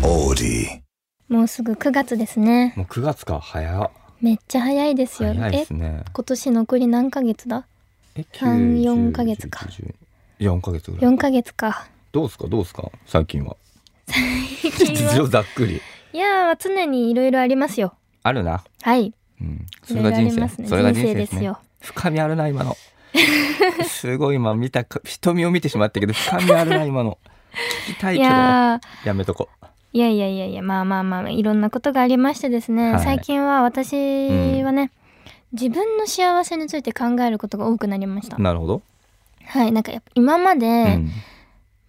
body. もうすぐ9月ですね。もう9月か早っめっちゃ早いですよ。早いでえす、ね今年残り何ヶ月だえ9三10四ヶ月か11 4ヶ月ぐらい ?4 ヶ 月か。どうすかどうすか最近はは実情ざっくりいやー、常にいろいろありますよ。あるなはい。うんそいれろいがろあ人り生ますね。それが人人生生でですすねよ。深みあるな今 のすごい今見たか瞳を見てしまったけど深みあるな今の聞きたいいけどややー。めとこいやいやいやいやまあまあまあいろんなことがありましてですね、はい最近は私はね、自分の幸せについて考えることが多くなりました、なるほど、はいなんかやっぱ今まで、うん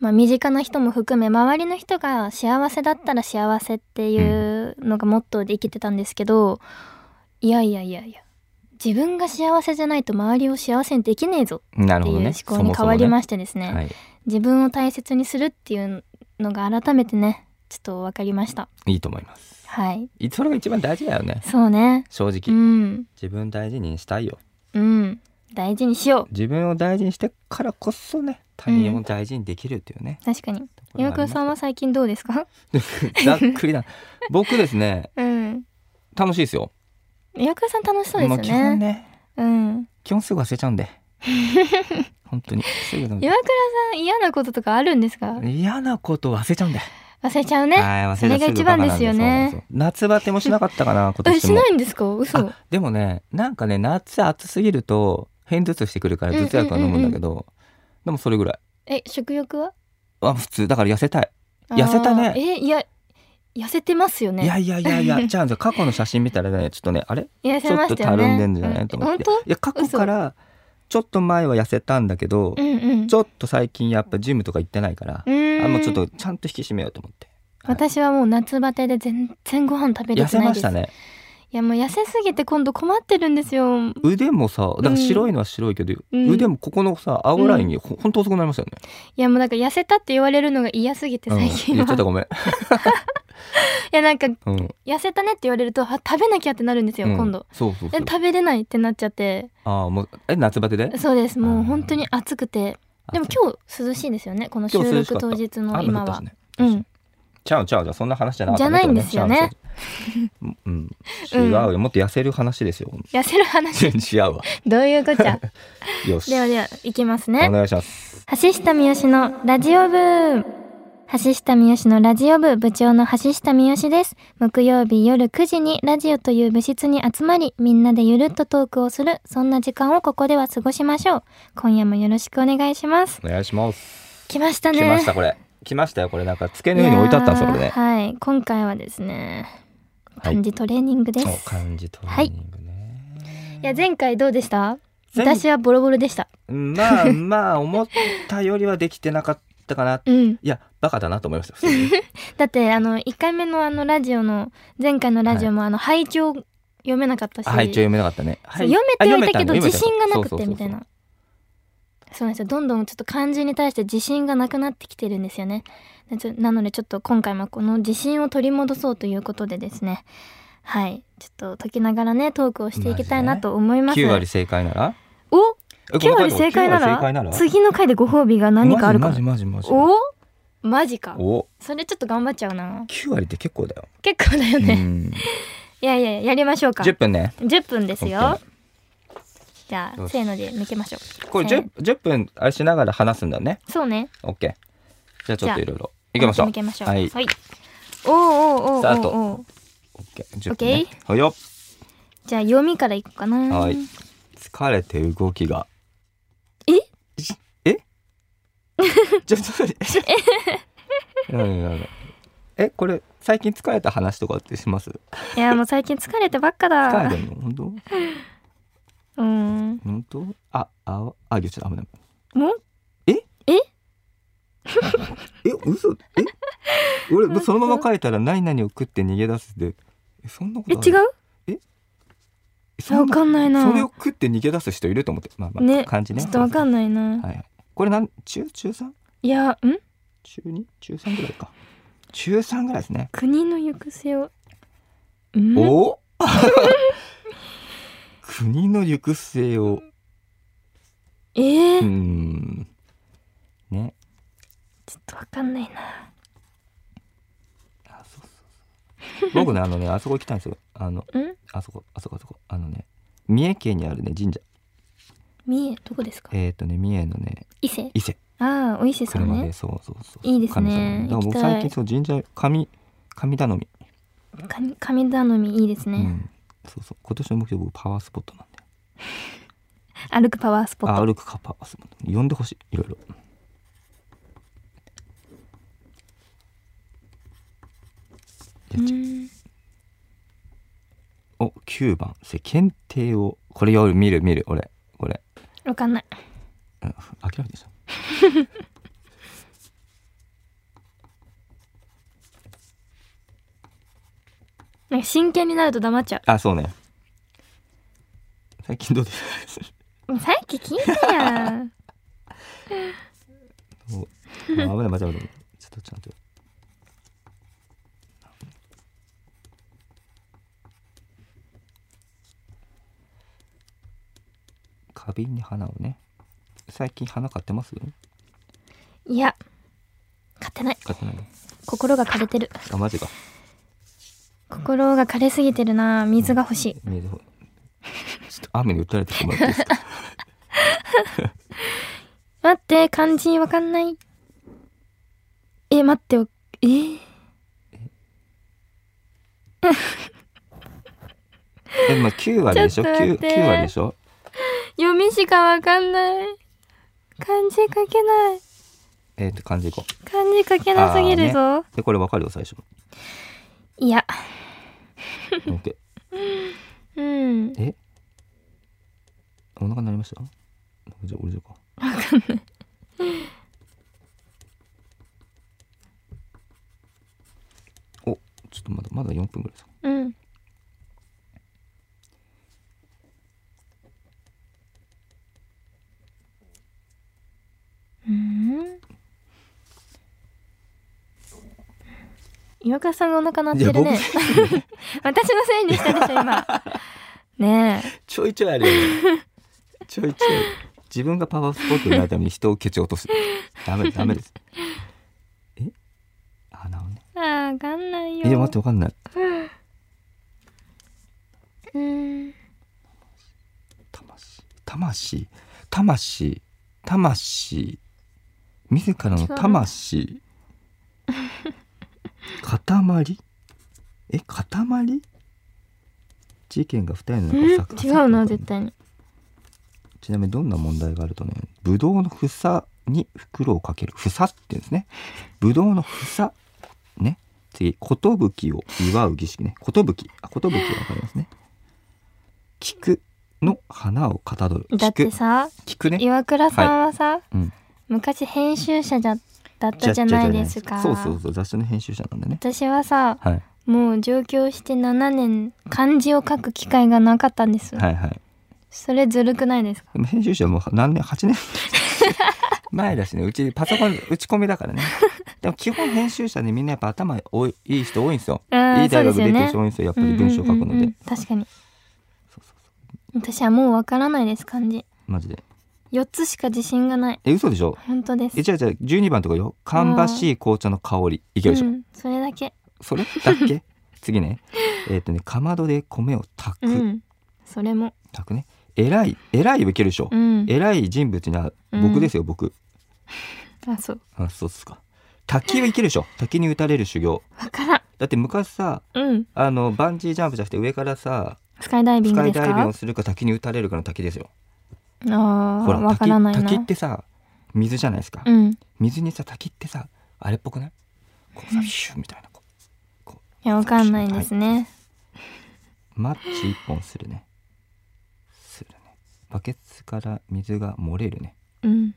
まあ、身近な人も含め周りの人が幸せだったら幸せっていうのがモットーで生きてたんですけど、いやいやいやいや自分が幸せじゃないと周りを幸せにできねえぞなるっていほうど思ね考に変わりましてですそねもそもね自分を大切にするっていうのが改めてねちょっと分かりましたはいいいと思いますはいいそれが一番大事だよねそうね正う直、ん自分大事にしたいようん大事にしよ自分を大事にしてからこそね他人を大事にできるっていうね、う確かにこれ岩はありま倉すさんは最近どうですかざっくりな僕ですねうん楽しいですよ岩倉さん楽しそうですまよあ基本ねねうん基本すぐ忘れちゃうんで本当にすぐ岩倉さん嫌なこととかあるんですか嫌なこと忘れちゃうんで忘れちゃうね。はい忘れちゃうそれが一番ですよねすぐバカなんでそうなんですよ夏バテもしなかったか な今え年しもないんですか嘘。あでもねなんかね夏暑すぎると偏頭痛してくるから頭痛薬は飲むんだけど、でもそれぐらいえ、食欲はあ普通だから痩せたい痩せたねあーえ、いや、痩せてますよね。いやいやいやいや、じゃあ過去の写真見たらね、ちょっとね、あれ、痩ちせょまっしとたたよね。るんでんじゃない、うんと思って。本いや、過去から、ちょっと前は痩せたんだけど当、うんうん。ちょっと最近やっぱジムとか行ってないからう、ーあんもうちょっとちゃんと引き締めようと思って。はい私はもう夏バテで全然ご飯食べれ痩てせないまでしす。たね。いやもう痩せすぎて今度困ってるんですよ。腕もさ、だから白いのは白いけど、うん腕もここのさ、青ラインにほほんと遅くなりましたよね。いやもうなんか痩せたって言われるのが嫌すぎてうん最近言は。っちゃった いごめん。やなんかうん痩せたねって言われるとあ食べなきゃってなるんですよ、うん今度。そうそうそう。え食べれないってなっちゃって。ああ、もう、え、夏バテでそうですもあうー本当に暑くて。でも今日涼しいですよねこの収今日涼しか録った当日の雨降今ったはし。ね。うん。ちゃうちゃうじゃあそんな話じゃなかったじゃないんですよね多分ね。ちゃうちゃううん、違うよ。もっと痩せる話ですよ。 痩せる話違うわ。どういうこっ ちゃよし。ではでは行きますねお願いします。橋下三好のラジオ部橋下三好のラジオ部部長の橋下三好です木曜日夜9時にラジオという部室に集まりみんなでゆるっとトークをするそんな時間をここでは過ごしましょう今夜もよろしくお願いしますお願いします。来ましたね来ましたこれ。来ましたよこれなんか机の上に置いてあったんですよこれいやね。ーはい今回はですねはい漢字トレーニングです、そう漢字トレーニングね。いや前回どうでした前私はボロボロでしたまあまあ思ったよりはできてなかったかな。うんいやバカだなと思いました。普通に だってあの1回目のあのラジオの前回のラジオもあの拝聴読めなかったし、はい一応読めなかったね。はそうい読めてはいたあけど読め自た読信めがたなくてみたいなそうなんですよどんどんちょっと漢字に対して自信がなくなってきてるんですよねでちょなのでちょっと今回もこの自信を取り戻そうということでですねはいちょっと解きながらねトークをしていきたいなと思います、九割正解なら。おえ9割正解な九ら割正解なら。次の回でご褒美が何かあるかマなジマジマジマジ。おマジかお。それちょっと頑張っちゃうな9割って結構だよ。結構だよね、いやいやいややりましょうか10分ね。 10分ですよ OK。じゃよあ、しせーので抜けましょう。これせー 10, 10分あれしながら話すんだね。そうね。 OK。じゃあちょっといろいろ。いきましょう。抜けましょう。ははいい。。おーおーおーおーおースタート OK。10分、ね。はいよ。じゃあ、読みからいくかな。はい。疲れて動きが。ええ ちょっと待って。 なんだなんだえ、これ最近疲れた話とかってしますいや、もう最近疲れてばっか疲だれ。てんの本当うん。本当あ、あ、あ、言っちゃダメだ。もうえ嘘え俺そのまま書いたら「何々を食って逃げ出す」でえそんなこえ、と違うそわかんないなそれを食って逃げ出す人いると思ってまあまあ、ね感じねちょっとわかんないな。はいはいこれなん中中 3? いや、ん中 2? 中3ぐらいか 中3ぐらいですね、国の行く末を。んお お国の行く末をえうーー、んねちょっとわかんないな。あそうそう僕ねあのねあそこ行きたいんですよあのうんあそこあそこあそこあのね三重県にあるね神社三重どこですかえっ、とね三重のね伊勢伊勢ああお伊勢さん車でねそうそうそういいですね神様だから行き僕たい最近そう神社神神頼み、神神頼みいいですうね、んそうそう今年の目標僕パワースポットなんで歩くパワースポッあト歩くかパワースポット呼んでほしいいろいろうんお9番世間体をこれより見る見る俺これわかんないうん諦めてしたなんか真剣になると黙っちゃあそうね最近どうですうもうさっき聞いた やんおあ危ない間違えたちょっとちゃんと花瓶に花をね最近花買ってますいや勝てない買ってないの心が枯れてるあマジか心が枯れすぎてるな水が欲しい見えてほちょっと雨に打たれてしまっていいですか待って漢字わかんないえ待っておえーえまあ9割でしょちょっと待9って割でしょ読みしかわかんない漢字書けないえっ、と漢字いこう漢字書けなすぎるぞ、でこれわかるよ最初いや OK うんえお腹鳴りましたじゃあ俺じゃか おちょっとまだまだ4分ぐらいですかうんうん岩倉さんがお腹鳴ってるいねや私のせいにしたでしょ今ねえちょいちょいあるよねちょいちょい自分がパワースポットになるために人を蹴落とすダメダメ ですえあなるほどねあーわかんないよ。いや待ってわかんないうん。魂魂魂魂自らの 魂塊え塊事件が2人の中違を錯覚うな、絶対に。ちなみにどんな問題があるとねブドウの房に袋をかける房って言うんですねブドウの房ね次寿を祝う儀式ね寿あ寿はわかりますね菊の花をかたどるだって菊さ、菊ね岩倉さんはさ、うん昔編集者じゃだったじゃないですか。そうそうそう雑誌の編集者なんでね私はさ、はいもう上京して7年、漢字を書く機会がなかったんです。はいはいそれずるくないですかでも編集者はもう何年8年 前だしねうちパソコン打ち込みだからねでも基本編集者ねみんなやっぱ頭おいいい人多いんですよあーいい大学そうで出てすよねる人多いんですよやっぱり文章書くので、うんうんうんうん確かに。そうそうそ私はもうわからないです、漢字。うマジで4つしか自信がない。え嘘でしょ本当ですえ。じゃあじゃあ12番とかよ「かんばしい紅茶の香り」いけるでしょ、うん、それだけ。それだっ け次ねえっ、とねかまどで米を炊く、うん。それも。炊くね偉い偉いはいけるでしょ、うん。偉い人物には僕ですよ、僕あ、そう。あそうっすか滝はいけるでしょ滝に打たれる修行わからん。だって昔さうん。あのバンジージャンプじゃなくて上からさスカイダイビスングカイですダイビングをか。するか滝に打たれるかの滝ですよああ、ほらわ滝からないな。滝ってさ水じゃないですか、うん。い水にさ滝ってさあれっぽくないこうさシューみたいなこうこや、わかんないですね。うマッチ一本するねするねバケツから水が漏れるねうん。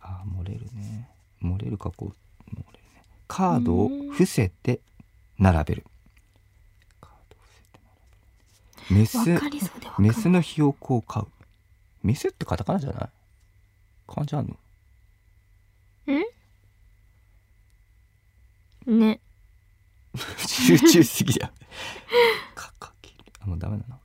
あー漏れるね漏れるかこう漏れるねカードをうん伏せて並べるカードを伏せわて並べるメスかりそうでわかんメない。スのひよこを飼うメスってカタカナじゃない漢字あんのね。集中しすぎ だかかきあもうダメだな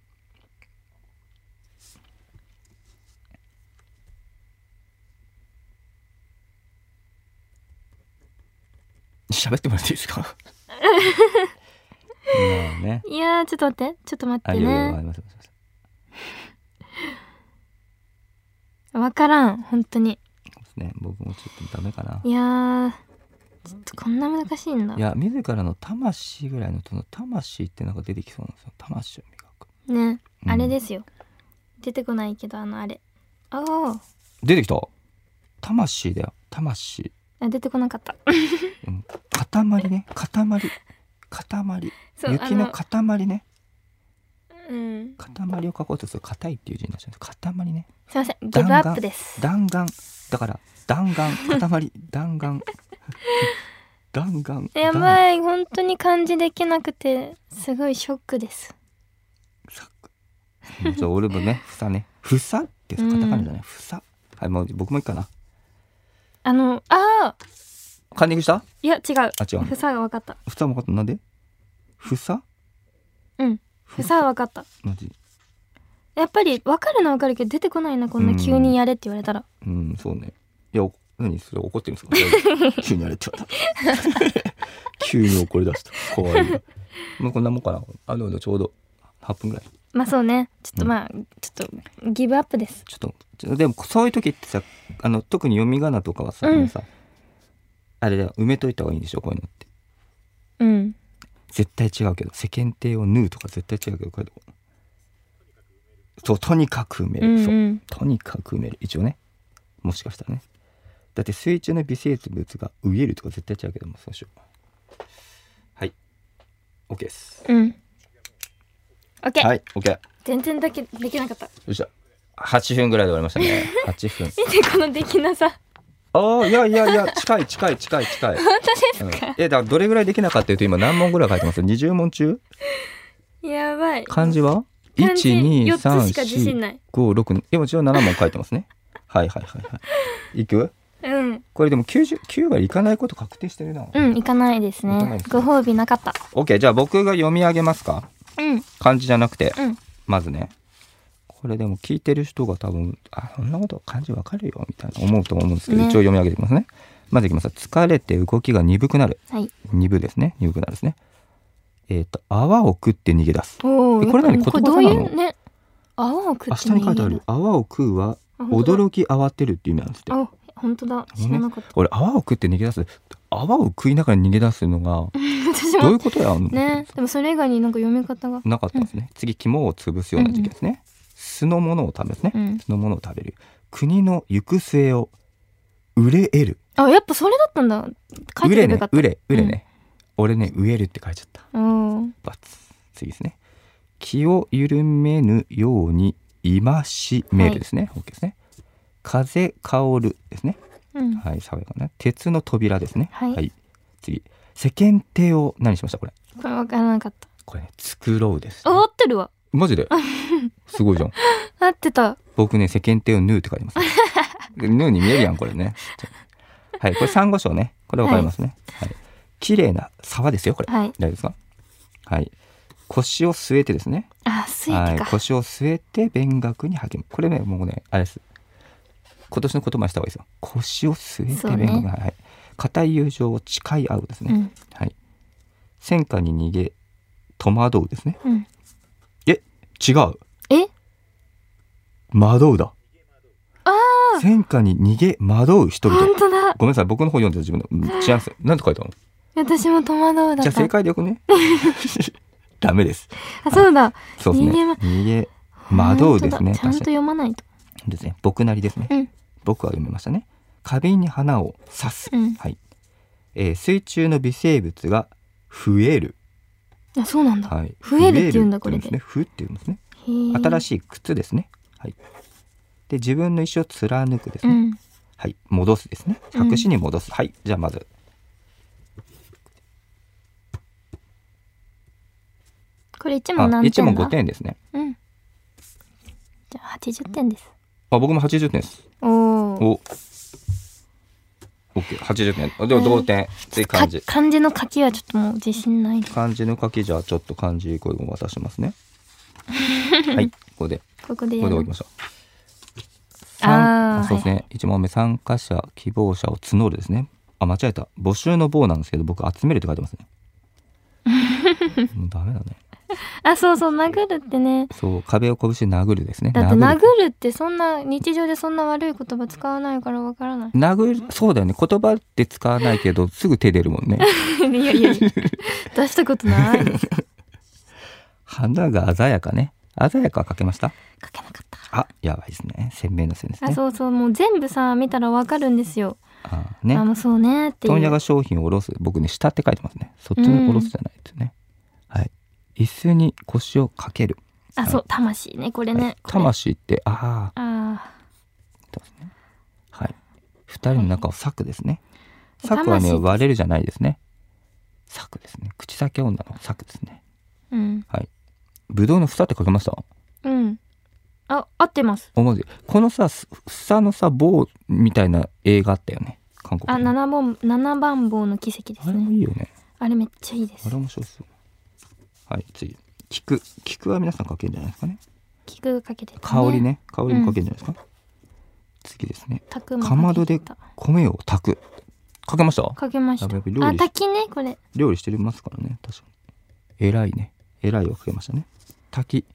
喋ってもらっていいですかまあねいやーちょっと待ってちょっと待っあていやいやわかねりますわかりますわからん本当にそうですね僕もちょっとダメかないやーちょっとこんな難しいんだいや自らの魂ぐらいのその魂ってなんか出てきそうなんですよ魂を磨くね、うんあれですよ出てこないけどあのあれあー出てきた魂だよ魂、あ出てこなかった うん、塊ね塊塊そう雪の塊ねうん塊を書こうとすると硬いっていう字になっちゃうんです塊ねすいませんギブアップです弾丸だから弾丸塊 弾丸弾丸や弾ばい本当に漢字できなくてすごいショックですさうんじゃあ俺もねふさねふさってさカタカナじゃないふさはいもう僕もいいかなあのあーカンニングしたいや違うあ違うふさが分かったふさもかったなんでふさうんふさは分かったマジやっぱり分かるのは分かるけど出てこないなこんな急にやれって言われたら、うんそうねいやお何それ怒ってるんですか急にあれちゃった 急に怒り出した怖いなもうこんなもんかなあのちょうど8分ぐらいまあそうねちょっとまあ、ちょっとギブアップですちょっとちょでもそういう時ってさあの特に読み仮名とかはさ,、うんさあれだよ埋めといた方がいいんでしょこういうのってうん絶対違うけど世間体を縫うとか絶対違うけどこれそうとにかく埋めうる、んうそうんとにかく埋める一応ねもしかしたらねだって水中の微生物が植えるとか絶対違うけどもそうしようはい OK ですうんオッケーはい OK よ全然だけできなかったっしゃ8分ぐらいで終わりました ね8分見てこのできなさ ああいやいやいや近い近い近い近い本当うんですか、えだからどれぐらいできなかったいうと今何問ぐらい書いてます20問中やばい漢字は漢字四つしか自信1234567ないもちろん7問書いてますねはいはいはいはいいくうんこれでも90 9割いかないこと確定してるな、うん行かないです行かないねですご褒美なかったオッケーじゃあ僕が読み上げますかうん漢字じゃなくて、うんまずねこれでも聞いてる人が多分あそんなこと漢字わかるよみたいな思うと思うんですけど、一ね応読み上げていきますねまずいきます疲れて動きが鈍くなるはい鈍ですね鈍くなるですねえっ、と泡を食って逃げ出すおおえこれ何こ言れど葉うないのうね泡を食明って日に書いてある泡を食うは驚き慌てるって意味なんですってあ本当だ知らなかった、俺泡を食って逃げ出す泡を食いながら逃げ出すのが 私どういもうことやんねでもそれ以外になんか読み方がなかったんですね、次肝を潰すような事件ですね、酢のものを食べるんですね、うん酢のものを食べる国の行く末を憂えるあやっぱそれだったんだ書い憂えてればよねかった憂え憂えね、俺ね飢えるって書いちゃったうんバツ次ですね気を緩めぬように戒めるですね、OK ですね風香るですねうんはい爽やかな鉄の扉ですねはい次世間体を何しましたこれこれわからなかったこれね作ろうです、あ合ってるわマ ジですごいじゃん合ってた僕ね世間体をヌーって書いてます、ね、でヌーに見えるやんこれねはいこれ珊瑚礁ねこれわかりますねはい綺麗、な沢ですよこれ、はい大丈夫ですかはい腰を据えてですねあスイはーいトか腰を据えて勉学に励むこれねもうねあれです今年の言葉にした方がいいですよ腰を据えてそう勉ね学に、はいはい固い友情を誓い合うですね、うんはい戦火に逃げ戸惑うですねうんえ違うえ惑うだあ戦火に逃げ惑う人々本当だいごめんなさい僕の方読んでた自分の違いますなんて書いたのや私も戸惑うだじゃっあ正た解でよく ねダメですあそうだそうですね逃げま逃げ惑うです本当だねちゃん確かと読まないとにですね僕なりですねうん僕は読めましたね花瓶に花を刺す、うんはい、えー水中の微生物が増える、あそうなんだ、はい、増えるって言うんだこれで増えるって言うんですねへーふって言うんですね新しい靴ですねはいで自分の意思を貫くですうね、んはい戻すですねうん白紙に戻す、はいじゃあまずこれ一あ問何1点だ問5点ですねうんじゃあ80点ですあ僕も80点ですおおお OK80 点あでも同点次漢字漢字の書きはちょっともう自信ない漢字の書きじゃあちょっと漢字これ渡しますね はいここでこここれででや終わるりました。あ参ーそうですね。一問目参加者希望者を募るですね。あ、間違えた。募集の棒なんですけど、僕、集めるって書いてます ね。もうダメだね。あ、そうそう、殴るってね。そう、壁を拳で殴るですね。だって殴る殴るってそんな、日常でそんな悪い言葉使わないからわか らない。殴る、そうだよね。言葉って使わないけど、すぐ手出るもんね。いやいやいや、出したこと ないです。花が鮮やかね。鮮やかはかけました書けなかった。あ、やばいですね。鮮明な線ですあ、ね。そうそう、もう全部さ、見たらわかるんですよ。ああ、ね。もうそうねっていう。問屋が商品を下ろす。僕ね、下って書いてますね。そっちに下ろすじゃないですね。はい。椅子に腰をかける。あ、そう、魂ね、これはいね。これ魂って、ああ、あそうですね。はい。二人の中を裂くですね。はい裂くはね、魂です割れるじゃないですね。裂くですね。口先女の裂くですね。ーうん。ぶどうの房って書けましたうん。あ、合ってます。思うこのさす房のさ棒みたいな映画あったよね韓国あ、の七本、七番棒の奇跡であすれもね。いいよねあれめっちゃいいであすれ。面白そうはい次菊菊は皆さんかけるんじゃないですかね菊かけてた香り。ね香りもかけるんじゃないですか、次ですねたくまかまどでかけてた米を炊くかけましたかけましたや。っぱり料あ、理し滝ね、これ。料理してますからね確かに偉いね偉いをかけましたね滝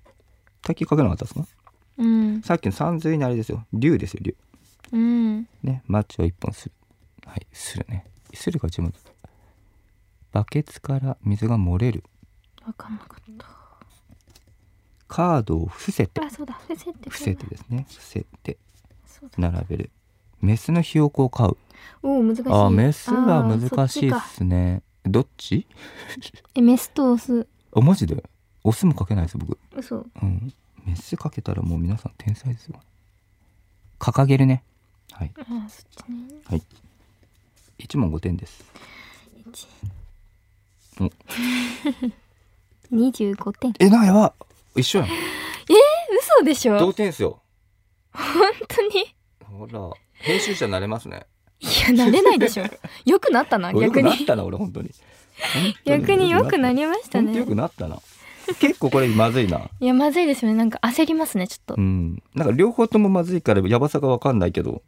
滝かけなかったですかうん。さっきの三髄にあれですよ竜ですよ竜うん。ね、マッチを一本する。はい、するね。するが自分だったバケツから水が漏れる。わかんなかった。カードを伏せて、あ、そうだ。伏せて。伏せて。ですね。伏せて、そうだ。並べる。メスのひよこを飼う。おお、難しい。あー、メスはあー難しいっそっちかすね。どっちえ、メスとオス。あ、マジでオスもかけないです、僕。嘘。うん。メスかけたらもう皆さん天才ですよ。掲げるね。はい。あー、そっちね。一問五点です。一お。二十五点。え、なやば一緒やん。嘘でしょ。同本点ですよ。当に。ほら、編集者になれますね。いや、慣れないでしょ。良くなったな、よ逆くなっに。たな俺本当に逆に良くなまりましたよねく。なったな結構これまずいないや、まずいですよね。なんか焦りますね、ちょっとう。んなんか両方ともまずいからやばさがわかんないけど、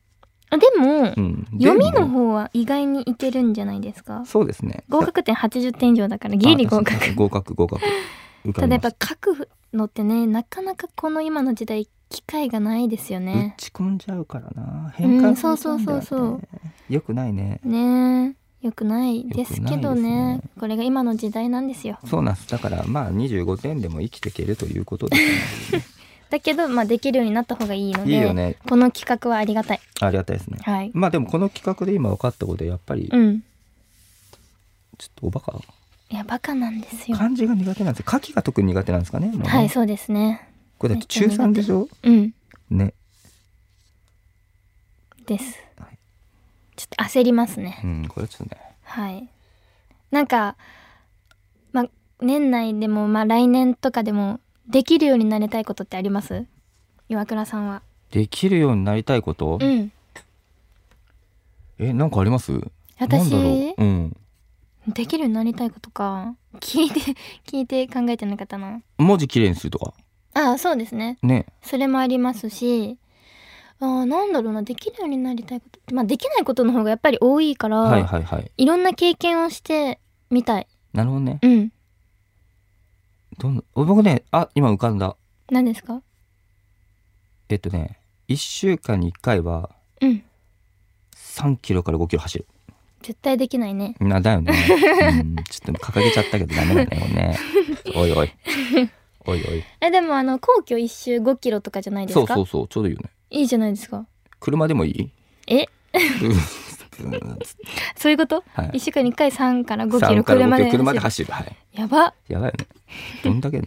あ、でもう、ん、読みでのも方は意外にいけるんじゃないですか。そうですね合格点80点以上だから、ギリ合あ確か格に。合格合格受かたりだまやしっぱ書くのってね、なかなかこの今の時代、機会がないですよ打ね。ち込んじゃうからな変換そうそうそうそうよくないねねえ。よくないですけ良くなどいですねねこれが今の時代なんですよそうなんですだからまあ25点でも生きていけるということですねだけどまあできるようになった方がいいのでいいよねこの企画はありがたいありがたいですねはいまあでもこの企画で今分かったことでやっぱりちうょっんとおバカいやバカなんですよ漢字が苦手なんですよ書きが特に苦手なんですかねもうねはいそうですねこれだって中3でしょうんね、ですはいちょっと焦りますねうん、これちょっとねはいなんかまあ年内でもまあ来年とかでもできるようになりたいことってあります岩倉さんはできるようになりたいこと、うんえなんかありますなん私だろう、うん、できるようになりたいことか聞いて 聞いて考えてなかったな文字きれいにするとかああそうですねねそれもありますしあーなんだろうなできるようになりたいことまあできないことの方がやっぱり多いから、はいはいはいいろんな経験をしてみたいなるほどねうんどんなお僕ねあ今浮かんだ何ですかえっとね1週間に1回はうん3キロから5キロ走る絶対できないねなだよ ね、うん、ちょっと掲げちゃったけどダメだねもうねおいおいおいおいえでもあの皇居一周5キロとかじゃないですそうかそうそうちょうどいいよねいいじゃないですか車でもいいえうんうん そういうこと、はい一週間に1回3から5キロ3から車5キでロ車で走走るはいるやばやばいよ ね。どんだけね。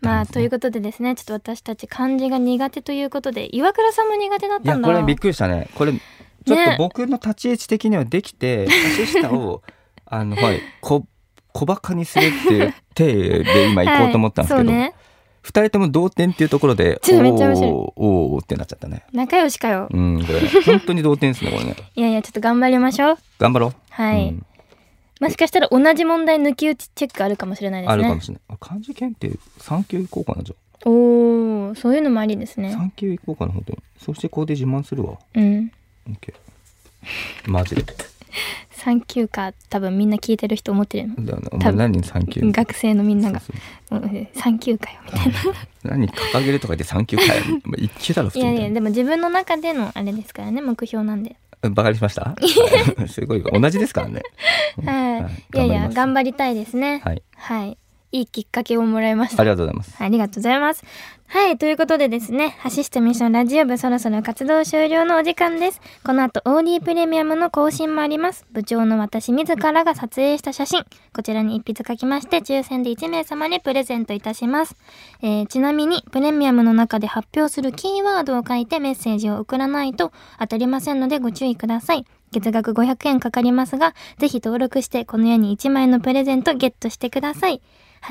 まあそうですねということでですねちょっと私たち漢字が苦手ということで岩倉さんも苦手だっいたや、んだこれびっくりしたね。これ、ちょっとね僕の立ち位置的にはできて、年下 を、あの、はい、こ、小バカにするっていう体で今行こうと思ったんですけど、二、はい、そうね人とも同点っていうところで、ちょっとめっちゃ面白いおーおーおーってなっちゃったね。仲良しかようん、これ、本当に同点ですね、これね。いやいやちょっと頑張りましょう頑張ろう。はい、うんもしかしたら同じ問題抜き打ちチェックあるかもしれないですねあるかもしれない。あ漢字検定、3級行こうかな、じゃおおそういうのもありですあ。ね3級行こうかな、本当に。そしてここで自慢するわ。うんオッケー。マジで。産休暇多分みんな聞いてる人思ってるのだよね。お前多分何産休み学生のみんながそうそう「うん産休暇よ」みたいな何掲げるとか言って産休会 一級だろ普い通やにいやでも自分の中でのあれですからね目標なんで、バカにしました すごい同じですからねはい、いやい張やり頑張りたいですねますはいはい、いいきっかけをもらいましあたりがとうございますありがとうございます。はい、ということでですね、橋下美のラジオ部そろそろ活動終了のお時間です。この後、OD プレミアムの更新もあります。部長の私自らが撮影した写真、こちらに一筆書きまして、抽選で1名様にプレゼントいたします。えーちなみに、プレミアムの中で発表するキーワードを書いてメッセージを送らないと当たりませんのでご注意ください。月額500円かかりますが、ぜひ登録してこの世に1枚のプレゼントゲットしてください。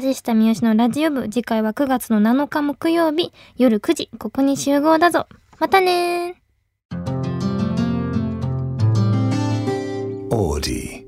橋下三好のラジオ部、次回は9月の7日木曜日夜9時、ここに集合だぞ。またねー。 Audi.